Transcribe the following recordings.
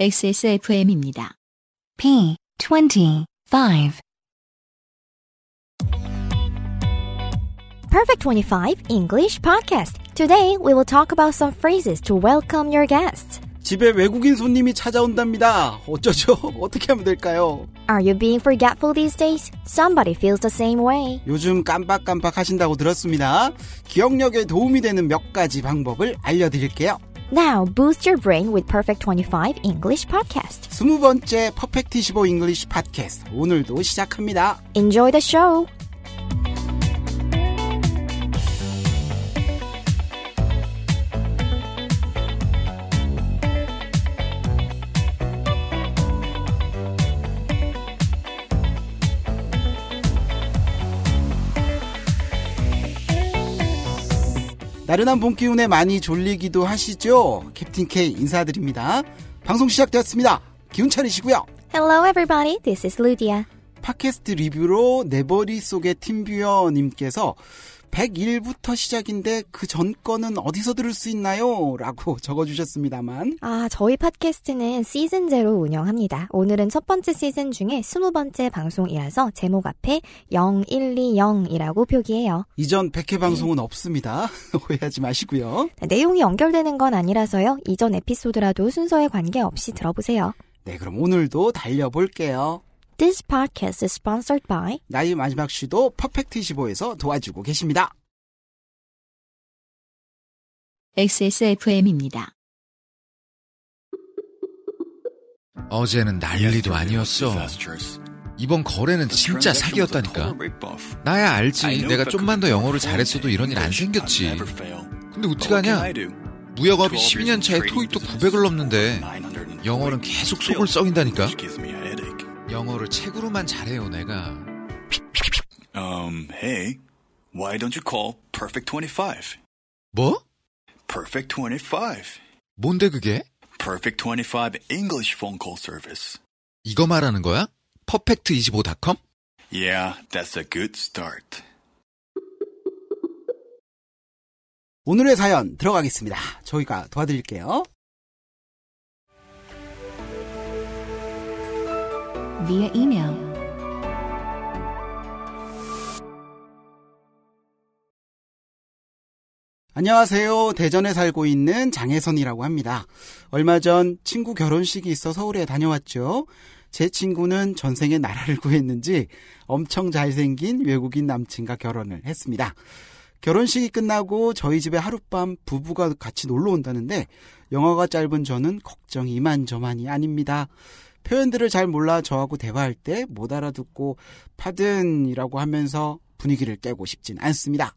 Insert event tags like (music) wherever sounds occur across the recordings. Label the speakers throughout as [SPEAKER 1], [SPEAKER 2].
[SPEAKER 1] XSFM입니다.
[SPEAKER 2] P twenty five.
[SPEAKER 3] Perfect 25 English Podcast. Today we will talk about some phrases to welcome your guests.
[SPEAKER 4] 집에 외국인 손님이 찾아온답니다. 어쩌죠? (laughs) 어떻게 하면 될까요?
[SPEAKER 3] Are you being forgetful these days? Somebody feels the same way.
[SPEAKER 4] 요즘 깜빡깜빡 하신다고 들었습니다. 기억력에 도움이 되는 몇 가지 방법을 알려드릴게요.
[SPEAKER 3] Now boost your brain with Perfect 25 English Podcast.
[SPEAKER 4] 스무 번째 퍼펙트 15 잉글리시 팟캐스트 오늘도 시작합니다.
[SPEAKER 3] Enjoy the show.
[SPEAKER 4] 나른한 봄 기운에 많이 졸리기도 하시죠? 캡틴 K 인사드립니다. 방송 시작되었습니다. 기운 차리시고요.
[SPEAKER 3] Hello everybody. This is Ludia.
[SPEAKER 4] 팟캐스트 리뷰로 내버리 속의 팀뷰어님께서 101부터 시작인데 그 전 거는 어디서 들을 수 있나요? 라고 (laughs) 적어주셨습니다만
[SPEAKER 3] 아, 저희 팟캐스트는 시즌 제로 운영합니다. 오늘은 첫 번째 시즌 중에 20번째 방송이라서 제목 앞에 0120이라고 표기해요.
[SPEAKER 4] 이전 100회 방송은 없습니다. (laughs) 오해하지 마시고요.
[SPEAKER 3] 내용이 연결되는 건 아니라서요. 이전 에피소드라도 순서에 관계없이 들어보세요.
[SPEAKER 4] 네, 그럼 오늘도 달려볼게요.
[SPEAKER 3] This podcast is sponsored by
[SPEAKER 4] 나이 마지막 시도 퍼펙트25에서 도와주고 계십니다.
[SPEAKER 1] XSFM입니다.
[SPEAKER 5] 어제는 난리도 아니었어. 이번 거래는 진짜 사기였다니까. 나야 알지. 내가 좀만 더 영어를 잘했어도 이런 일 안 생겼지. 근데 어떡하냐? 무역업이 12년 차에 토익도 900을 넘는데 영어는 계속 속을 썩인다니까. 영어를 책으로만 잘해요, 내가.
[SPEAKER 6] Um, hey, why don't you call Perfect 25?
[SPEAKER 5] 뭐?
[SPEAKER 6] Perfect 25.
[SPEAKER 5] 뭔데 그게?
[SPEAKER 6] Perfect 25 English phone call service.
[SPEAKER 5] 이거 말하는 거야? 퍼펙트25.com?
[SPEAKER 6] Yeah, that's a good start.
[SPEAKER 4] 오늘의 사연 들어가겠습니다. 저희가 도와드릴게요.
[SPEAKER 2] Via email.
[SPEAKER 4] 안녕하세요. 대전에 살고 있는 장혜선이라고 합니다. 얼마 전 친구 결혼식이 있어 서울에 다녀왔죠. 제 친구는 전생에 나라를 (laughs) 구했는지 엄청 잘생긴 외국인 남친과 결혼을 했습니다. 결혼식이 끝나고 저희 집에 하룻밤 부부가 같이 놀러 온다는데 영화가 짧은 저는 걱정이 이만저만이 아닙니다. 표현들을 잘 몰라 저하고 대화할 때 못 알아듣고 파든이라고 하면서 분위기를 깨고 싶진 않습니다.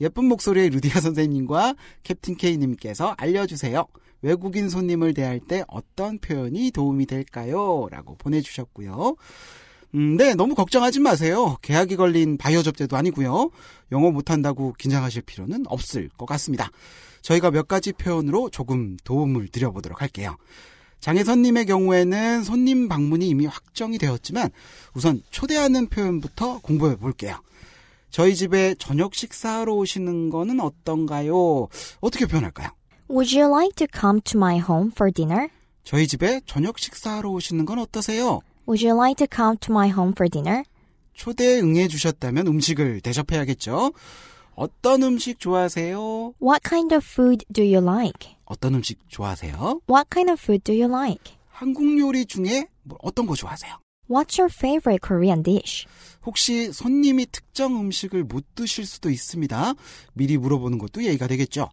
[SPEAKER 4] 예쁜 목소리의 루디아 선생님과 캡틴 K님께서 알려주세요. 외국인 손님을 대할 때 어떤 표현이 도움이 될까요? 라고 보내주셨고요. 음, 네, 너무 걱정하지 마세요. 계약이 걸린 바이어 접대도 아니고요. 영어 못한다고 긴장하실 필요는 없을 것 같습니다. 저희가 몇 가지 표현으로 조금 도움을 드려보도록 할게요. 장혜선님의 경우에는 손님 방문이 이미 확정이 되었지만 우선 초대하는 표현부터 공부해 볼게요. 저희 집에 저녁 식사하러 오시는 거는 어떤가요? 어떻게 표현할까요?
[SPEAKER 3] Would you like to come to my home for dinner?
[SPEAKER 4] 저희 집에 저녁 식사하러 오시는 건 어떠세요?
[SPEAKER 3] Would you like to come to my home for dinner?
[SPEAKER 4] 초대에 응해 주셨다면 음식을 대접해야겠죠. 어떤 음식 좋아하세요?
[SPEAKER 3] What kind of food do you like?
[SPEAKER 4] 어떤 음식 좋아하세요?
[SPEAKER 3] What kind of food do you like?
[SPEAKER 4] 한국 요리 중에 뭐 어떤 거 좋아하세요?
[SPEAKER 3] What's your favorite Korean dish?
[SPEAKER 4] 혹시 손님이 특정 음식을 못 드실 수도 있습니다. 미리 물어보는 것도 예의가 되겠죠.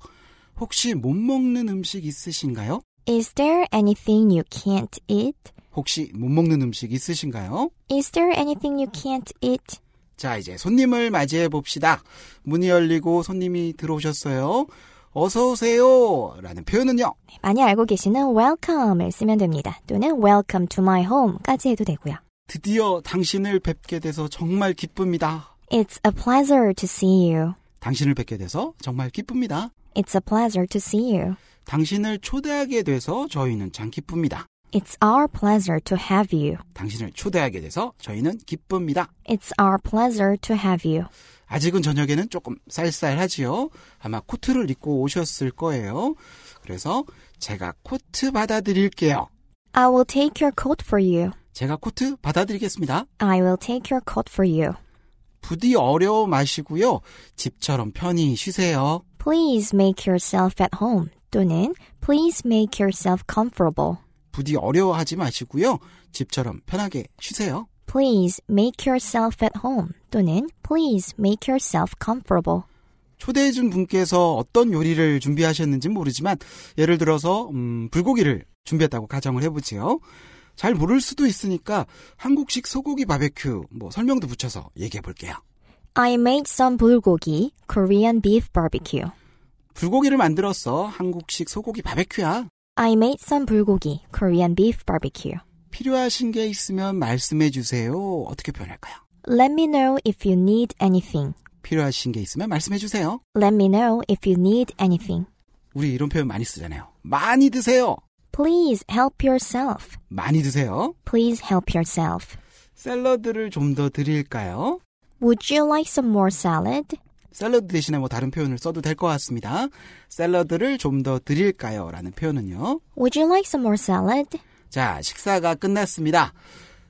[SPEAKER 4] 혹시 못 먹는 음식 있으신가요?
[SPEAKER 3] Is there anything you can't eat?
[SPEAKER 4] 혹시 못 먹는 음식 있으신가요?
[SPEAKER 3] Is there anything you can't eat?
[SPEAKER 4] 자, 이제 손님을 맞이해 봅시다. 문이 열리고 손님이 들어오셨어요. 어서 오세요. 라는 표현은요.
[SPEAKER 3] 많이 알고 계시는 welcome을 쓰면 됩니다. 또는 welcome to my home까지 해도 되고요.
[SPEAKER 4] 드디어 당신을 뵙게 돼서 정말 기쁩니다.
[SPEAKER 3] It's a pleasure to see you.
[SPEAKER 4] 당신을 뵙게 돼서 정말 기쁩니다.
[SPEAKER 3] It's a pleasure to see you.
[SPEAKER 4] 당신을 초대하게 돼서 저희는 참 기쁩니다.
[SPEAKER 3] It's our pleasure to have you.
[SPEAKER 4] 당신을 초대하게 돼서 저희는 기쁩니다.
[SPEAKER 3] It's our pleasure to have you.
[SPEAKER 4] 아직은 저녁에는 조금 쌀쌀하지요. 아마 코트를 입고 오셨을 거예요. 그래서 제가 코트 받아드릴게요.
[SPEAKER 3] I will take your coat for you.
[SPEAKER 4] 제가 코트 받아드리겠습니다.
[SPEAKER 3] I will take your coat for you.
[SPEAKER 4] 부디 어려워 마시고요. 집처럼 편히 쉬세요.
[SPEAKER 3] Please make yourself at home 또는 Please make yourself comfortable.
[SPEAKER 4] 부디 어려워하지 마시고요. 집처럼 편하게 쉬세요.
[SPEAKER 3] Please make yourself at home 또는 Please make yourself comfortable.
[SPEAKER 4] 초대해준 분께서 어떤 요리를 준비하셨는지 모르지만 예를 들어서 음, 불고기를 준비했다고 가정을 해보지요. 잘 모를 수도 있으니까 한국식 소고기 바베큐 뭐 설명도 붙여서 얘기해 볼게요.
[SPEAKER 3] I made some 불고기, Korean beef barbecue.
[SPEAKER 4] 불고기를 만들었어. 한국식 소고기 바베큐야.
[SPEAKER 3] I made some 불고기, Korean beef barbecue.
[SPEAKER 4] 필요하신 게 있으면 말씀해 주세요. 어떻게 표현할까요?
[SPEAKER 3] Let me know if you need anything.
[SPEAKER 4] 필요하신 게 있으면 말씀해 주세요.
[SPEAKER 3] Let me know if you need anything.
[SPEAKER 4] 우리 이런 표현 많이 쓰잖아요. 많이 드세요.
[SPEAKER 3] Please help yourself.
[SPEAKER 4] 많이 드세요.
[SPEAKER 3] Please help yourself.
[SPEAKER 4] 샐러드를 좀 더 드릴까요?
[SPEAKER 3] Would you like some more salad?
[SPEAKER 4] 샐러드 대신에 뭐 다른 표현을 써도 될 것 같습니다. 샐러드를 좀 더 드릴까요? 라는 표현은요.
[SPEAKER 3] Would you like some more salad?
[SPEAKER 4] 자, 식사가 끝났습니다.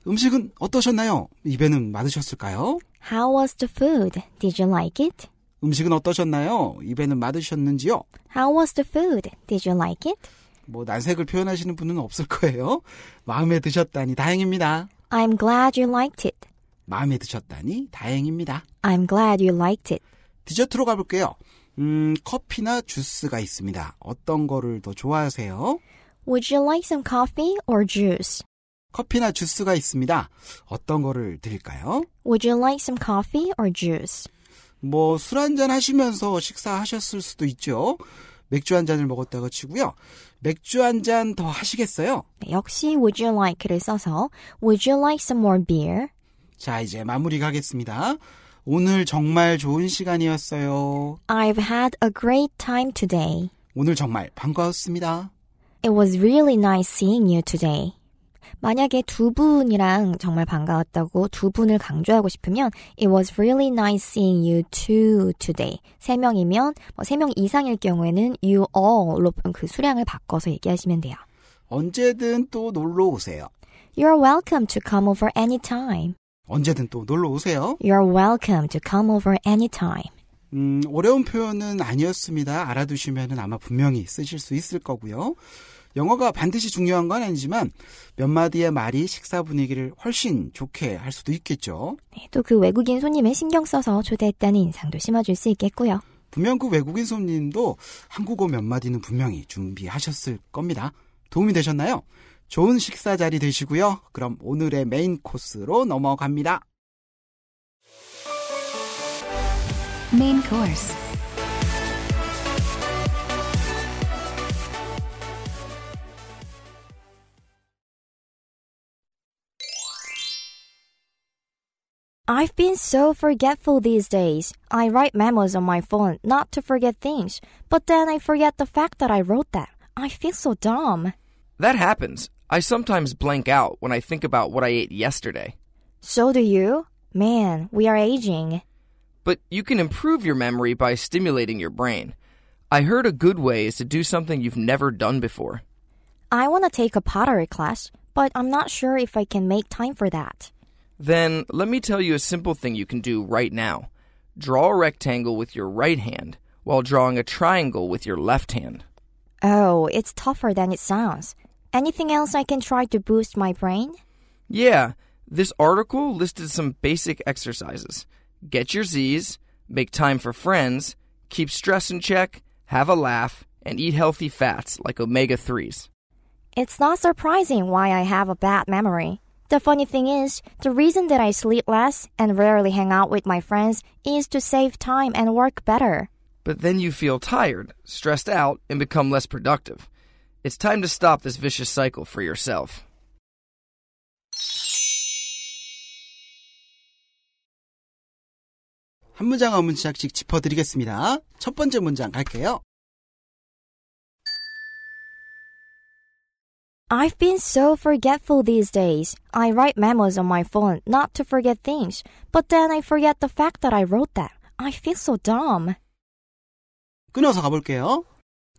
[SPEAKER 4] 음식은 어떠셨나요? 입에는 맞으셨을까요?
[SPEAKER 3] How was the food? Did you like it?
[SPEAKER 4] 음식은 어떠셨나요? 입에는 맞으셨는지요?
[SPEAKER 3] How was the food? Did you like it?
[SPEAKER 4] 뭐 난색을 표현하시는 분은 없을 거예요. 마음에 드셨다니 다행입니다.
[SPEAKER 3] I'm glad you liked it.
[SPEAKER 4] 마음에 드셨다니 다행입니다.
[SPEAKER 3] I'm glad you liked it.
[SPEAKER 4] 디저트로 가볼게요. 음, 커피나 주스가 있습니다. 어떤 거를 더 좋아하세요?
[SPEAKER 3] Would you like some coffee or juice?
[SPEAKER 4] 커피나 주스가 있습니다. 어떤 거를 드릴까요?
[SPEAKER 3] Would you like some coffee or juice?
[SPEAKER 4] 뭐 술 한잔 하시면서 식사하셨을 수도 있죠. 맥주 한 잔을 먹었다고 치고요. 맥주 한 잔 더 하시겠어요?
[SPEAKER 3] 네, 역시 would you like를 써서 Would you like some more beer?
[SPEAKER 4] 자, 이제 마무리 가겠습니다. 오늘 정말 좋은 시간이었어요.
[SPEAKER 3] I've had a great time today.
[SPEAKER 4] 오늘 정말 반가웠습니다.
[SPEAKER 3] It was really nice seeing you today. 만약에 두 분이랑 정말 반가웠다고 두 분을 강조하고 싶으면 It was really nice seeing you two today. 세 명이면 뭐세 명 이상일 경우에는 you all로 그 수량을 바꿔서 얘기하시면 돼요.
[SPEAKER 4] 언제든 또 놀러 오세요.
[SPEAKER 3] You're welcome to come over anytime.
[SPEAKER 4] 언제든 또 놀러 오세요.
[SPEAKER 3] You're welcome to come over anytime.
[SPEAKER 4] 음, 어려운 표현은 아니었습니다. 알아두시면 아마 분명히 쓰실 수 있을 거고요. 영어가 반드시 중요한 건 아니지만 몇 마디의 말이 식사 분위기를 훨씬 좋게 할 수도 있겠죠.
[SPEAKER 3] 또 그 외국인 손님을 신경 써서 초대했다는 인상도 심어줄 수 있겠고요.
[SPEAKER 4] 분명 그 외국인 손님도 한국어 몇 마디는 분명히 준비하셨을 겁니다. 도움이 되셨나요? 좋은 식사 자리 되시고요. 그럼 오늘의 메인 코스로 넘어갑니다.
[SPEAKER 2] Main course.
[SPEAKER 3] I've been so forgetful these days. I write memos on my phone not to forget things, but then I forget the fact that I wrote them. I feel so dumb.
[SPEAKER 1] That happens. I sometimes blank out when I think about what I ate yesterday.
[SPEAKER 3] So do you? Man, we are aging.
[SPEAKER 1] But you can improve your memory by stimulating your brain. I heard a good way is to do something you've never done before.
[SPEAKER 3] I want to take a pottery class, but I'm not sure if I can make time for that.
[SPEAKER 1] Then let me tell you a simple thing you can do right now draw a rectangle with your right hand while drawing a triangle with your left hand.
[SPEAKER 3] Oh, it's tougher than it sounds. Anything else I can try to boost my brain?
[SPEAKER 1] Yeah, this article listed some basic exercises get your Z's, make time for friends, keep stress in check, have a laugh, and eat healthy fats like omega 3s.
[SPEAKER 3] It's not surprising why I have a bad memory. The funny thing is, the reason that I sleep less and rarely hang out with my friends is to save time and work better.
[SPEAKER 1] But then you feel tired, stressed out, and become less productive. It's time to stop this vicious cycle for yourself.
[SPEAKER 4] 한 문장 한 문장씩 짚어드리겠습니다. 첫 번째 문장 갈게요.
[SPEAKER 3] I've been so forgetful these days. I write memos on my phone not to forget things, but then I forget the fact that I wrote them. I feel so dumb.
[SPEAKER 4] 끊어서 가볼게요.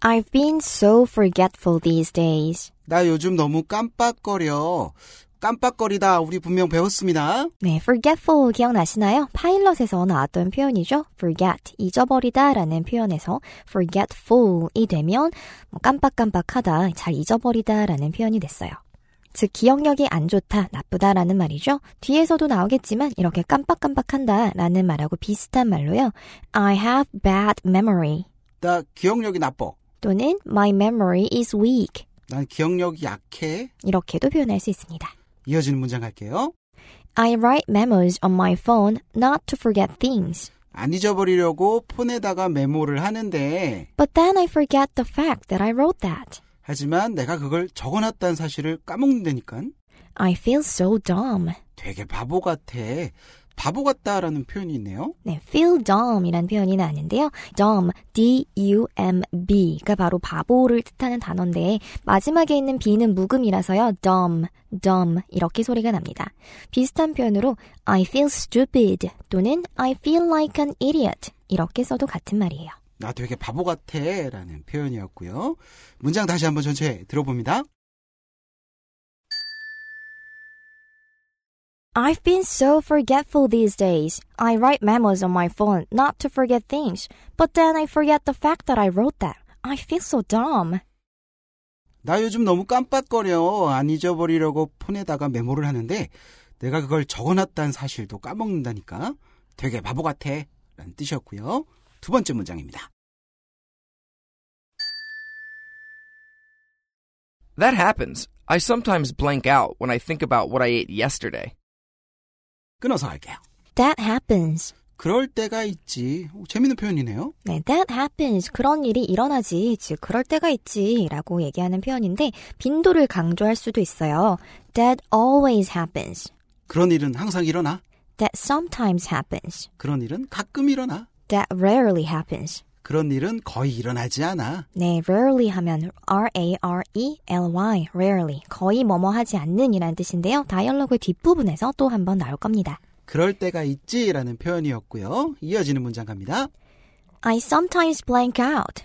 [SPEAKER 3] I've been so forgetful these days.
[SPEAKER 4] 나 요즘 너무 깜빡거려. 깜빡거리다 우리 분명 배웠습니다.
[SPEAKER 3] 네, forgetful 기억나시나요? 파일럿에서 나왔던 표현이죠. forget, 잊어버리다라는 표현에서 forgetful이 되면 뭐 깜빡깜빡하다, 잘 잊어버리다라는 표현이 됐어요. 즉 기억력이 안 좋다, 나쁘다라는 말이죠. 뒤에서도 나오겠지만 이렇게 깜빡깜빡한다라는 말하고 비슷한 말로요. I have bad memory
[SPEAKER 4] 나 기억력이 나빠.
[SPEAKER 3] 또는 my memory is weak
[SPEAKER 4] 난 기억력이 약해.
[SPEAKER 3] 이렇게도 표현할 수 있습니다.
[SPEAKER 4] 이어지는 문장 갈게요.
[SPEAKER 3] I write memos on my phone not to forget things.
[SPEAKER 4] 안 잊어버리려고 폰에다가 메모를 하는데
[SPEAKER 3] But then I forget the fact that I wrote that.
[SPEAKER 4] 하지만 내가 그걸 적어놨다는 사실을 까먹는다니까
[SPEAKER 3] I feel so dumb.
[SPEAKER 4] 되게 바보 같아. 바보 같다라는 표현이 있네요.
[SPEAKER 3] 네, feel dumb이란 표현이 나는데요. dumb, d-u-m-b가 바로 바보를 뜻하는 단어인데 마지막에 있는 b는 묵음이라서요. dumb, dumb 이렇게 소리가 납니다. 비슷한 표현으로 I feel stupid 또는 I feel like an idiot 이렇게 써도 같은 말이에요.
[SPEAKER 4] 나 되게 바보 같아라는 표현이었고요. 문장 다시 한번 전체 들어봅니다.
[SPEAKER 3] I've been so forgetful these days. I write memos on my phone not to forget things, but then I forget the fact that I wrote that. I feel so dumb.
[SPEAKER 4] 나 요즘 너무 깜빡거려. 안 잊어버리려고 폰에다가 메모를 하는데 내가 그걸 적어놨다는 사실도 까먹는다니까. 되게 바보 같아. 라는 뜻이었고요. 두 번째 문장입니다.
[SPEAKER 1] That happens. I sometimes blank out when I think about what I ate yesterday.
[SPEAKER 4] 끊어서 할게요.
[SPEAKER 3] That happens.
[SPEAKER 4] 그럴 때가 있지. 오, 재밌는 표현이네요.
[SPEAKER 3] 네, that happens. 그런 일이 일어나지. 즉, 그럴 때가 있지. 라고 얘기하는 표현인데, 빈도를 강조할 수도 있어요. That always happens.
[SPEAKER 4] 그런 일은 항상 일어나.
[SPEAKER 3] That sometimes happens.
[SPEAKER 4] 그런 일은 가끔 일어나.
[SPEAKER 3] That rarely happens.
[SPEAKER 4] 그런 일은 거의 일어나지 않아.
[SPEAKER 3] 네, rarely 하면 R-A-R-E-L-Y, E rarely. 거의 뭐뭐 하지 않는 이란 뜻인데요. 다이얼로그의 뒷부분에서 또 한 번 나올 겁니다.
[SPEAKER 4] 그럴 때가 있지라는 표현이었고요. 이어지는 문장 갑니다.
[SPEAKER 3] I sometimes blank out.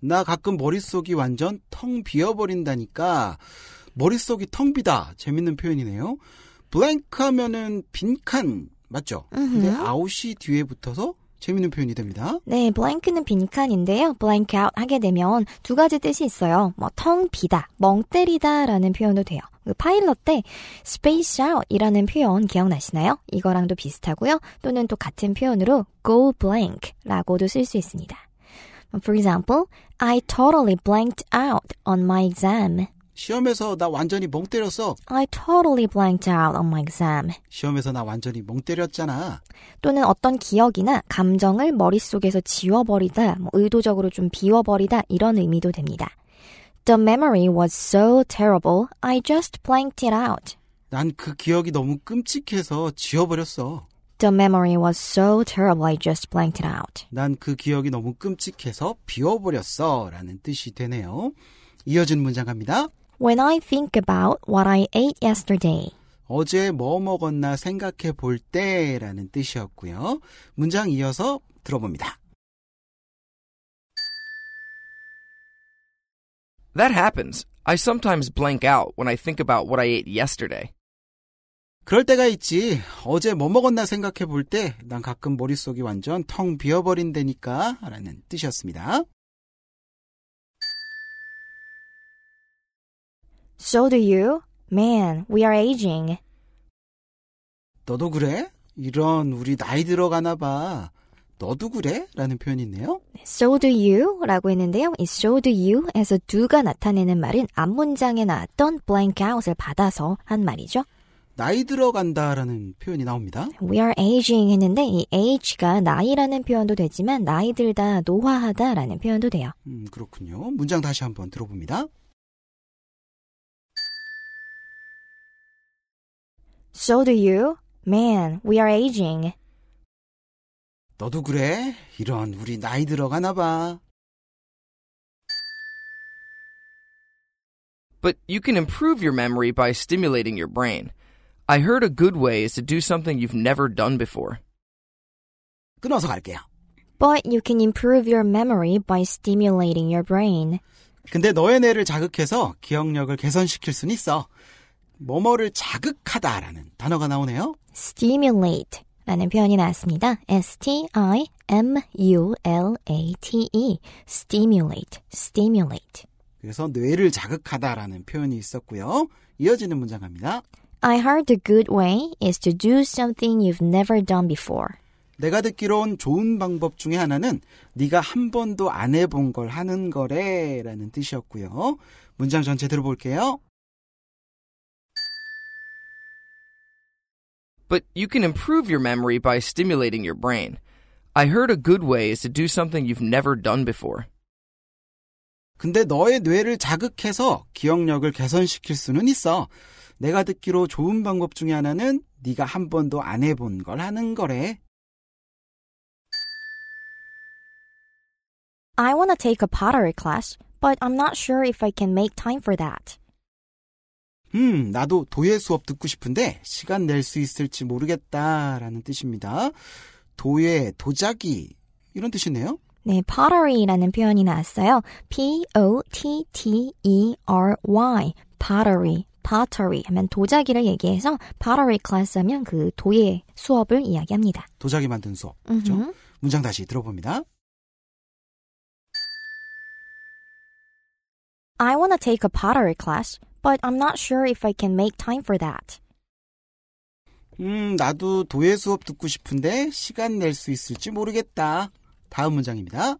[SPEAKER 4] 나 가끔 머릿속이 완전 텅 비어버린다니까. 머릿속이 텅 비다. 재밌는 표현이네요. 블랭크 하면은 빈칸 맞죠? 근데 아웃이 뒤에 붙어서 재밌는 표현이 됩니다.
[SPEAKER 3] 네, blank는 빈칸인데요. blank out 하게 되면 두 가지 뜻이 있어요. 뭐 텅 비다, 멍 때리다라는 표현도 돼요. 그 파일럿 때 space out이라는 표현 기억나시나요? 이거랑도 비슷하고요. 또는 또 같은 표현으로 go blank라고도 쓸 수 있습니다. For example, I totally blanked out on my exam.
[SPEAKER 4] 시험에서 나 완전히 멍 때렸어.
[SPEAKER 3] I totally blanked out on my exam.
[SPEAKER 4] 시험에서 나 완전히 멍 때렸잖아.
[SPEAKER 3] 또는 어떤 기억이나 감정을 머릿속에서 지워버리다, 뭐 의도적으로 좀 비워버리다 이런 의미도 됩니다. The memory was so terrible, I just blanked it out.
[SPEAKER 4] 난 그 기억이 너무 끔찍해서 지워버렸어.
[SPEAKER 3] The memory was so terrible, I just blanked it out.
[SPEAKER 4] 난 그 기억이 너무 끔찍해서 비워버렸어. 라는 뜻이 되네요. 이어진 문장 갑니다.
[SPEAKER 3] When I think about what I ate yesterday,
[SPEAKER 4] 어제 뭐 먹었나 생각해 볼 때라는 뜻이었고요. 문장 이어서 들어봅니다.
[SPEAKER 1] That happens. I sometimes blank out when I think about what I ate yesterday.
[SPEAKER 4] 그럴 때가 있지. 어제 뭐 먹었나 생각해 볼 때 난 가끔 머릿속이 완전 텅 비어버린다니까 라는 뜻이었습니다.
[SPEAKER 3] So do you? Man, we are aging.
[SPEAKER 4] 너도 그래? 이런 우리 나이 들어가나 봐. 너도 그래? 라는 표현이 있네요.
[SPEAKER 3] So do you? 라고 했는데요. 이 so do you? 에서 do가 나타내는 말은 앞 문장에 나왔던 blank out을 받아서 한 말이죠.
[SPEAKER 4] 나이 들어간다라는 표현이 나옵니다.
[SPEAKER 3] We are aging 했는데 이 age가 나이라는 표현도 되지만 나이 들다, 노화하다라는 표현도 돼요.
[SPEAKER 4] 음, 그렇군요. 문장 다시 한번 들어봅니다.
[SPEAKER 3] So do you? Man, we are aging.
[SPEAKER 4] 너도 그래? 이런 우리 나이 들어가나 봐.
[SPEAKER 1] But you can improve your memory by stimulating your brain. I heard a good way is to do something you've never done before.
[SPEAKER 4] 끊어서 갈게요.
[SPEAKER 3] But you can improve your memory by stimulating your brain.
[SPEAKER 4] 근데 너의 뇌를 자극해서 기억력을 개선시킬 순 있어. 뭐뭐를 자극하다라는 단어가 나오네요.
[SPEAKER 3] stimulate 라는 표현이 나왔습니다. S-T-I-M-U-L-A-T-E. E. stimulate, stimulate.
[SPEAKER 4] 그래서 뇌를 자극하다라는 표현이 있었고요. 이어지는 문장 갑니다.
[SPEAKER 3] I heard the good way is to do something you've never done before.
[SPEAKER 4] 내가 듣기론 좋은 방법 중에 하나는 네가 한 번도 안 해본 걸 하는 거래라는 뜻이었고요. 문장 전체 들어볼게요.
[SPEAKER 1] But you can improve your memory by stimulating your brain. I heard a good way is to do something you've never done before.
[SPEAKER 4] 근데 너의 뇌를 자극해서 기억력을 개선시킬 수는 있어. 내가 듣기로 좋은 방법 중에 하나는 네가 한 번도 안 해본 걸 하는 거래.
[SPEAKER 3] I want to take a pottery class, but I'm not sure if I can make time for that.
[SPEAKER 4] 음, 나도 도예 수업 듣고 싶은데 시간 낼 수 있을지 모르겠다라는 뜻입니다. 도예, 도자기 이런 뜻이네요.
[SPEAKER 3] 네, pottery라는 표현이 나왔어요. P O T T E R Y. pottery. pottery 하면 도자기를 얘기해서 pottery class 하면 그 도예 수업을 이야기합니다.
[SPEAKER 4] 도자기 만든 수업. 그죠?
[SPEAKER 3] 음흠.
[SPEAKER 4] 문장 다시 들어봅니다.
[SPEAKER 3] I want to take a pottery class, but I'm not sure if I can make time for that.
[SPEAKER 4] 음, 나도 도예 수업 듣고 싶은데 시간 낼 수 있을지 모르겠다. 다음 문장입니다.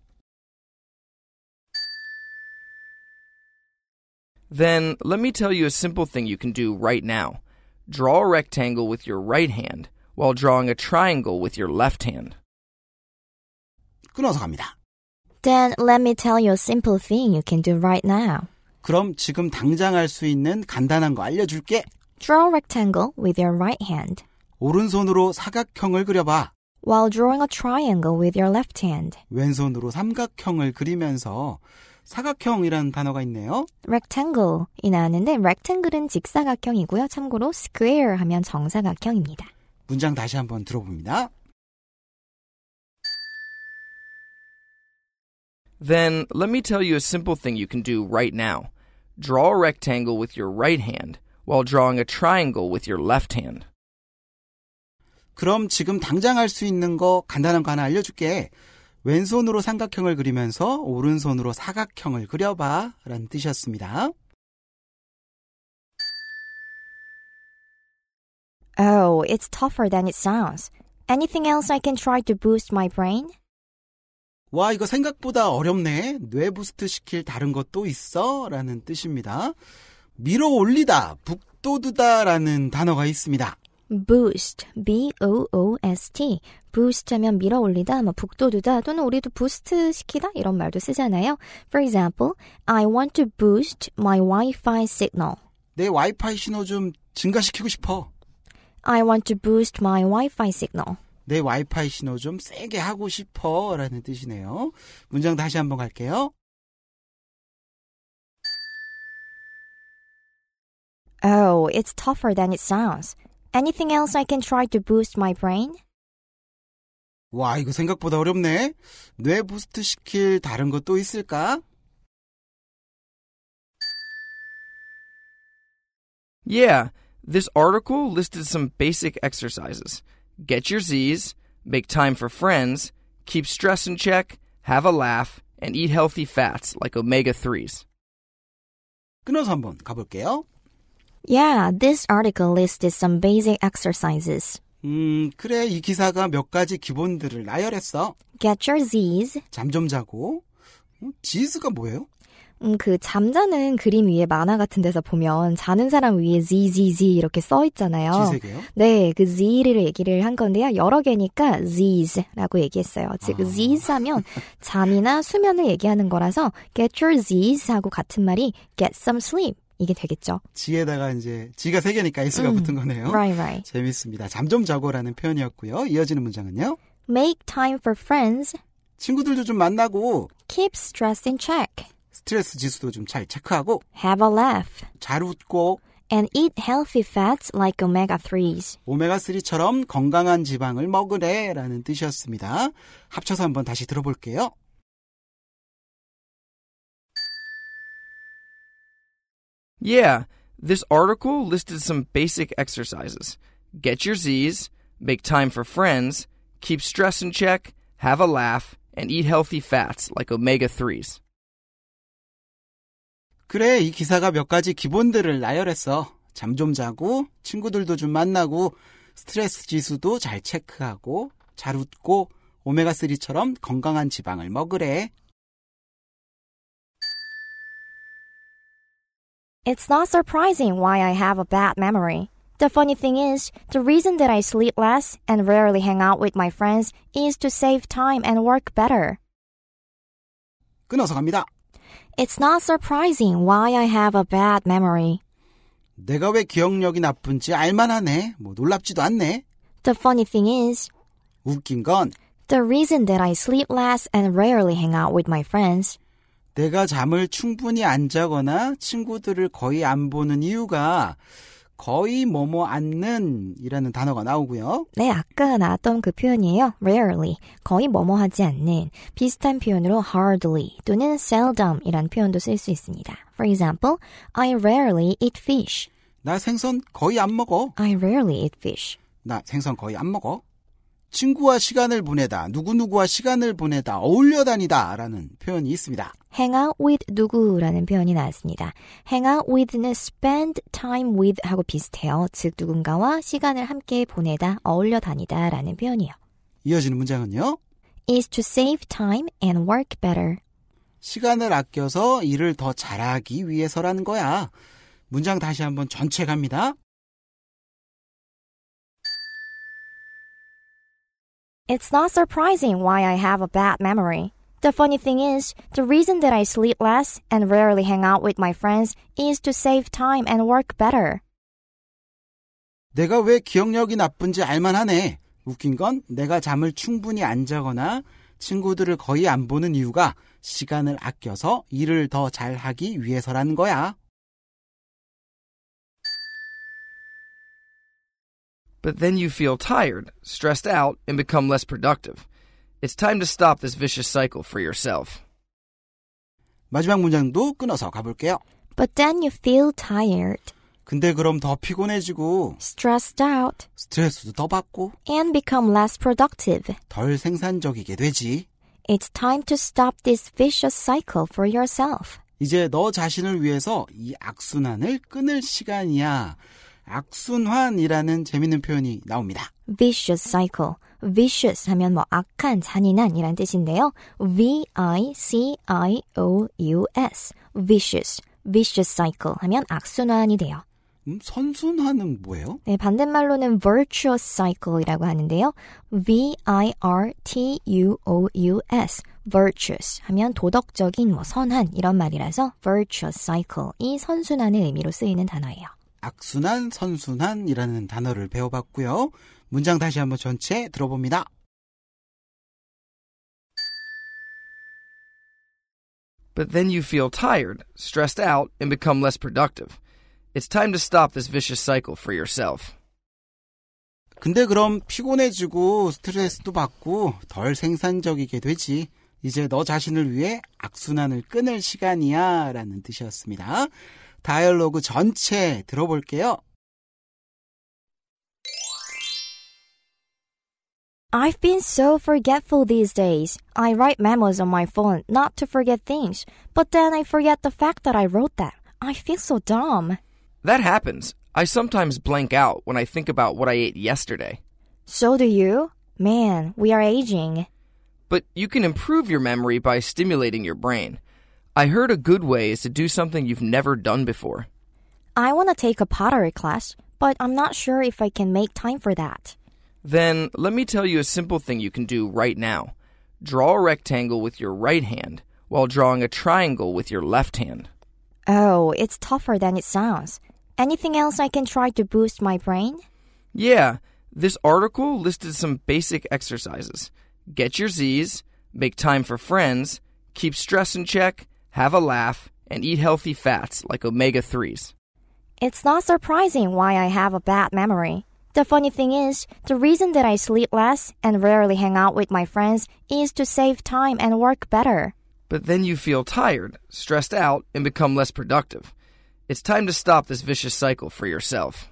[SPEAKER 1] Then let me tell you a simple thing you can do right now. Draw a rectangle with your right hand while drawing a triangle with your left hand.
[SPEAKER 4] 끊어서 갑니다.
[SPEAKER 3] Then let me tell you a simple thing you can do right now.
[SPEAKER 4] 그럼 지금 당장 할 수 있는 간단한 거 알려줄게.
[SPEAKER 3] Draw a rectangle with your right hand
[SPEAKER 4] 오른손으로 사각형을 그려봐.
[SPEAKER 3] while drawing a triangle with your left hand.
[SPEAKER 4] 왼손으로 삼각형을 그리면서 사각형이라는 단어가 있네요.
[SPEAKER 3] rectangle이 나왔는데 rectangle은 직사각형이고요. 참고로 square 하면 정사각형입니다.
[SPEAKER 4] 문장 다시 한번 들어봅니다.
[SPEAKER 1] Then let me tell you a simple thing you can do right now. Draw a rectangle with your right hand while drawing a triangle with your left hand.
[SPEAKER 4] 그럼 지금 당장 할 수 있는 거 간단한 거 하나 알려줄게. 왼손으로 삼각형을 그리면서 오른손으로 사각형을 그려봐. 라는 뜻이었습니다.
[SPEAKER 3] Oh, it's tougher than it sounds. Anything else I can try to boost my brain?
[SPEAKER 4] 와, 이거 생각보다 어렵네. 뇌 부스트 시킬 다른 것도 있어. 라는 뜻입니다. 밀어 올리다, 북돋우다 라는 단어가 있습니다.
[SPEAKER 3] boost, b-o-o-s-t. boost 하면 밀어올리다, 뭐 북돋우다 또는 우리도 boost 시키다 이런 말도 쓰잖아요. For example, I want to boost my Wi-Fi signal.
[SPEAKER 4] 내 와이파이 신호 좀 증가시키고 싶어.
[SPEAKER 3] I want to boost my Wi-Fi signal.
[SPEAKER 4] 내 와이파이 신호 좀 세게 하고 싶어. 라는 뜻이네요. 문장 다시 한번 갈게요.
[SPEAKER 3] Oh, it's tougher than it sounds. Anything else I can try to boost my brain?
[SPEAKER 4] 와, 이거 생각보다 어렵네. 뇌 부스트 시킬 다른 것도 있을까?
[SPEAKER 1] Yeah, this article listed some basic exercises get your Z's, make time for friends, keep stress in check, have a laugh, and eat healthy fats like omega 3s.
[SPEAKER 4] 끊어서 한번 가볼게요.
[SPEAKER 3] Yeah, this article listed some basic exercises.
[SPEAKER 4] 음, 그래. 이 기사가 몇 가지 기본들을 나열했어.
[SPEAKER 3] Get your Z's.
[SPEAKER 4] 잠 좀 자고. 음, 지스가 뭐예요?
[SPEAKER 3] 음, 그 잠자는 그림 위에 만화 같은 데서 보면 자는 사람 위에 ZZZ 이렇게 써 있잖아요.
[SPEAKER 4] 지세계요?
[SPEAKER 3] 네, 그 Z를 얘기를 한 건데요. 여러 개니까 Zs라고 얘기했어요. 즉,
[SPEAKER 4] 아.
[SPEAKER 3] Zs 하면 잠이나 수면을 얘기하는 거라서 get your Zs 하고 같은 말이 get some sleep 이게 되겠죠.
[SPEAKER 4] 지에다가 이제 지가 세 개니까 S가
[SPEAKER 3] 음,
[SPEAKER 4] 붙은 거네요.
[SPEAKER 3] Right, right.
[SPEAKER 4] 재밌습니다. 잠 좀 자고라는 표현이었고요. 이어지는 문장은요.
[SPEAKER 3] Make time for friends.
[SPEAKER 4] 친구들도 좀 만나고
[SPEAKER 3] Keep stress in check.
[SPEAKER 4] 스트레스 지수도 좀 잘 체크하고
[SPEAKER 3] Have a laugh.
[SPEAKER 4] 잘 웃고
[SPEAKER 3] and eat healthy fats like omega-3s.
[SPEAKER 4] 오메가3처럼 건강한 지방을 먹으래 라는 뜻이었습니다. 합쳐서 한번 다시 들어볼게요.
[SPEAKER 1] Yeah, this article listed some basic exercises get your Z's, make time for friends, keep stress in check, have a laugh, and eat healthy fats like omega 3s.
[SPEAKER 4] 그래, 이 기사가 몇 가지 기본들을 나열했어. 잠 좀 자고, 친구들도 좀 만나고, 스트레스 지수도 잘 체크하고, 잘 웃고, 오메가3처럼 건강한 지방을 먹으래.
[SPEAKER 3] It's not surprising why I have a bad memory. The funny thing is, the reason that I sleep less and rarely hang out with my friends is to save time and work better.
[SPEAKER 4] 끊어서 갑니다.
[SPEAKER 3] It's not surprising why I have a bad memory.
[SPEAKER 4] 내가 왜 기억력이 나쁜지 알만하네. 뭐 놀랍지도 않네.
[SPEAKER 3] The funny thing is,
[SPEAKER 4] 웃긴 건
[SPEAKER 3] the reason that I sleep less and rarely hang out with my friends
[SPEAKER 4] 내가 잠을 충분히 안 자거나 친구들을 거의 안 보는 이유가 거의 뭐뭐 않는 이라는 단어가 나오고요.
[SPEAKER 3] 네, 아까 나왔던 그 표현이에요. rarely. 거의 뭐뭐하지 않는. 비슷한 표현으로 hardly 또는 seldom이란 표현도 쓸 수 있습니다. For example, I rarely eat fish.
[SPEAKER 4] 나 생선 거의 안 먹어.
[SPEAKER 3] I rarely eat fish.
[SPEAKER 4] 나 생선 거의 안 먹어. 친구와 시간을 보내다, 누구누구와 시간을 보내다, 어울려 다니다 라는 표현이 있습니다.
[SPEAKER 3] hang out with 누구라는 표현이 나왔습니다. hang out with는 spend time with 하고 비슷해요. 즉 누군가와 시간을 함께 보내다, 어울려 다니다라는 표현이요.
[SPEAKER 4] 이어지는 문장은요.
[SPEAKER 3] is to save time and work better.
[SPEAKER 4] 시간을 아껴서 일을 더 잘하기 위해서라는 거야. 문장 다시 한번 전체 갑니다.
[SPEAKER 3] It's not surprising why I have a bad memory. The funny thing is, the reason that I sleep less and rarely hang out with my friends is to save time and work better.
[SPEAKER 4] 내가 왜 기억력이 나쁜지 알만하네. 웃긴 건 내가 잠을 충분히 안 자거나 친구들을 거의 안 보는 이유가 시간을 아껴서 일을 더 잘하기 위해서라는 거야.
[SPEAKER 1] But then you feel tired, stressed out, and become less productive. It's time to stop this vicious cycle for yourself.
[SPEAKER 4] 마지막 문장도 끊어서 가볼게요.
[SPEAKER 3] But then you feel tired,
[SPEAKER 4] 근데 그럼 더 피곤해지고
[SPEAKER 3] stressed out,
[SPEAKER 4] 스트레스도 더 받고
[SPEAKER 3] and become less productive.
[SPEAKER 4] 덜 생산적이게 되지.
[SPEAKER 3] It's time to stop this vicious cycle for yourself.
[SPEAKER 4] 이제 너 자신을 위해서 이 악순환을 끊을 시간이야. 악순환이라는 재밌는 표현이 나옵니다.
[SPEAKER 3] vicious cycle. vicious 하면 뭐 악한, 잔인한이란 뜻인데요. v i c i o u s. vicious. vicious cycle 하면 악순환이 돼요.
[SPEAKER 4] 음, 선순환은 뭐예요?
[SPEAKER 3] 네, 반대말로는 virtuous cycle이라고 하는데요. v i r t u o u s. virtuous 하면 도덕적인 뭐 선한 이런 말이라서 virtuous cycle이 선순환의 의미로 쓰이는 단어예요.
[SPEAKER 4] 악순환, 선순환이라는 단어를 배워봤고요. 문장 다시 한번 전체 들어봅니다.
[SPEAKER 1] But then you feel tired, stressed out, and become less productive. It's time to stop this vicious cycle for yourself.
[SPEAKER 4] 근데 그럼 피곤해지고 스트레스도 받고 덜 생산적이게 되지. 이제 너 자신을 위해 악순환을 끊을 시간이야 라는 뜻이었습니다. 다이얼로그 전체 들어볼게요.
[SPEAKER 3] I've been so forgetful these days. I write memos on my phone not to forget things, but then I forget the fact that I wrote them. I feel so dumb.
[SPEAKER 1] That happens. I sometimes blank out when I think about what I ate yesterday.
[SPEAKER 3] So do you? Man, we are aging.
[SPEAKER 1] But you can improve your memory by stimulating your brain. I heard a good way is to do something you've never done before.
[SPEAKER 3] I want to take a pottery class, but I'm not sure if I can make time for that.
[SPEAKER 1] Then let me tell you a simple thing you can do right now. Draw a rectangle with your right hand while drawing a triangle with your left hand.
[SPEAKER 3] Oh, it's tougher than it sounds. Anything else I can try to boost my brain?
[SPEAKER 1] Yeah, this article listed some basic exercises get your Z's, make time for friends, keep stress in check, have a laugh, and eat healthy fats like omega 3s.
[SPEAKER 3] It's not surprising why I have a bad memory. The funny thing is, the reason that I sleep less and rarely hang out with my friends is to save time and work better.
[SPEAKER 1] But then you feel tired, stressed out, and become less productive. It's time to stop this vicious cycle for yourself.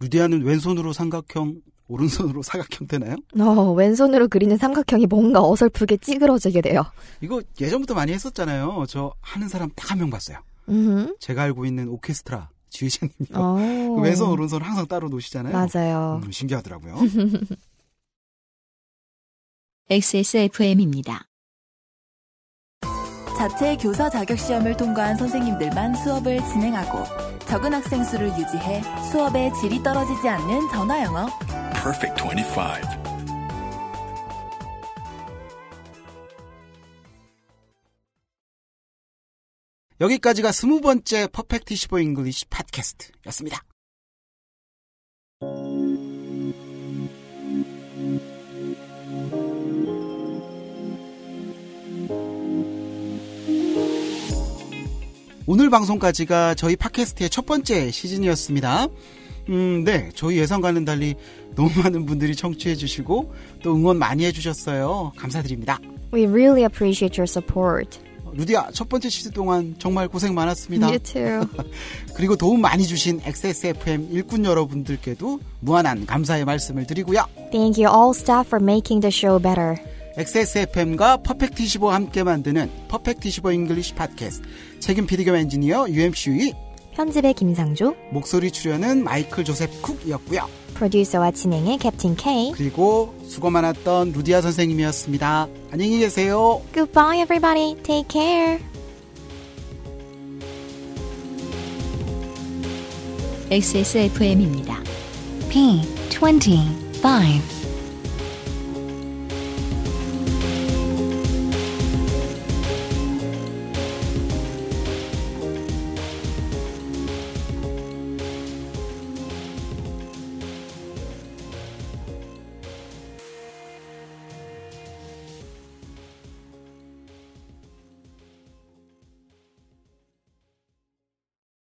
[SPEAKER 4] 루디아는 왼손으로 삼각형, 오른손으로 사각형 되나요?
[SPEAKER 3] 어, 왼손으로 그리는 삼각형이 뭔가 어설프게 찌그러지게 돼요.
[SPEAKER 4] 이거 예전부터 많이 했었잖아요. 저 하는 사람 딱 한 명 봤어요.
[SPEAKER 3] 음.
[SPEAKER 4] 제가 알고 있는 오케스트라 지휘자님이요.
[SPEAKER 3] 어.
[SPEAKER 4] 그 왼손 오른손 항상 따로 노시잖아요.
[SPEAKER 3] 맞아요.
[SPEAKER 4] 음, 신기하더라고요. (laughs)
[SPEAKER 7] XSFM입니다.
[SPEAKER 8] 자체 교사 자격 시험을 통과한 선생님들만 수업을 진행하고 적은 학생 수를 유지해 수업의 질이 떨어지지 않는 전화 영어.
[SPEAKER 6] Perfect 25.
[SPEAKER 4] 여기까지가 스무 번째 퍼펙트 시보 잉글리시 팟캐스트였습니다. 오늘 방송까지가 저희 팟캐스트의 첫 번째 시즌이었습니다. 음, 네. 저희 예상과는 달리 너무 많은 분들이 청취해주시고 또 응원 많이 해주셨어요. 감사드립니다.
[SPEAKER 3] We really appreciate your support.
[SPEAKER 4] 루디야, 첫 번째 시즌 동안 정말 고생 많았습니다.
[SPEAKER 3] You too.
[SPEAKER 4] 그리고 도움 많이 주신 XSFM 일꾼 여러분들께도 무한한 감사의 말씀을 드리고요.
[SPEAKER 3] (laughs) Thank you all staff for making the show better.
[SPEAKER 4] XSFM과 퍼펙트 25 함께 만드는 퍼펙트 25 잉글리시 팟캐스트. 책임 피디 겸 엔지니어 UMC의
[SPEAKER 3] 편집의 김상조,
[SPEAKER 4] 목소리 출연은 마이클 조셉 쿡이었고요.
[SPEAKER 3] 프로듀서와 진행의 캡틴 K.
[SPEAKER 4] 그리고 수고 많았던 루디아 선생님이었습니다. 안녕히 계세요.
[SPEAKER 3] Goodbye everybody. Take care.
[SPEAKER 7] XSFM입니다.
[SPEAKER 2] P25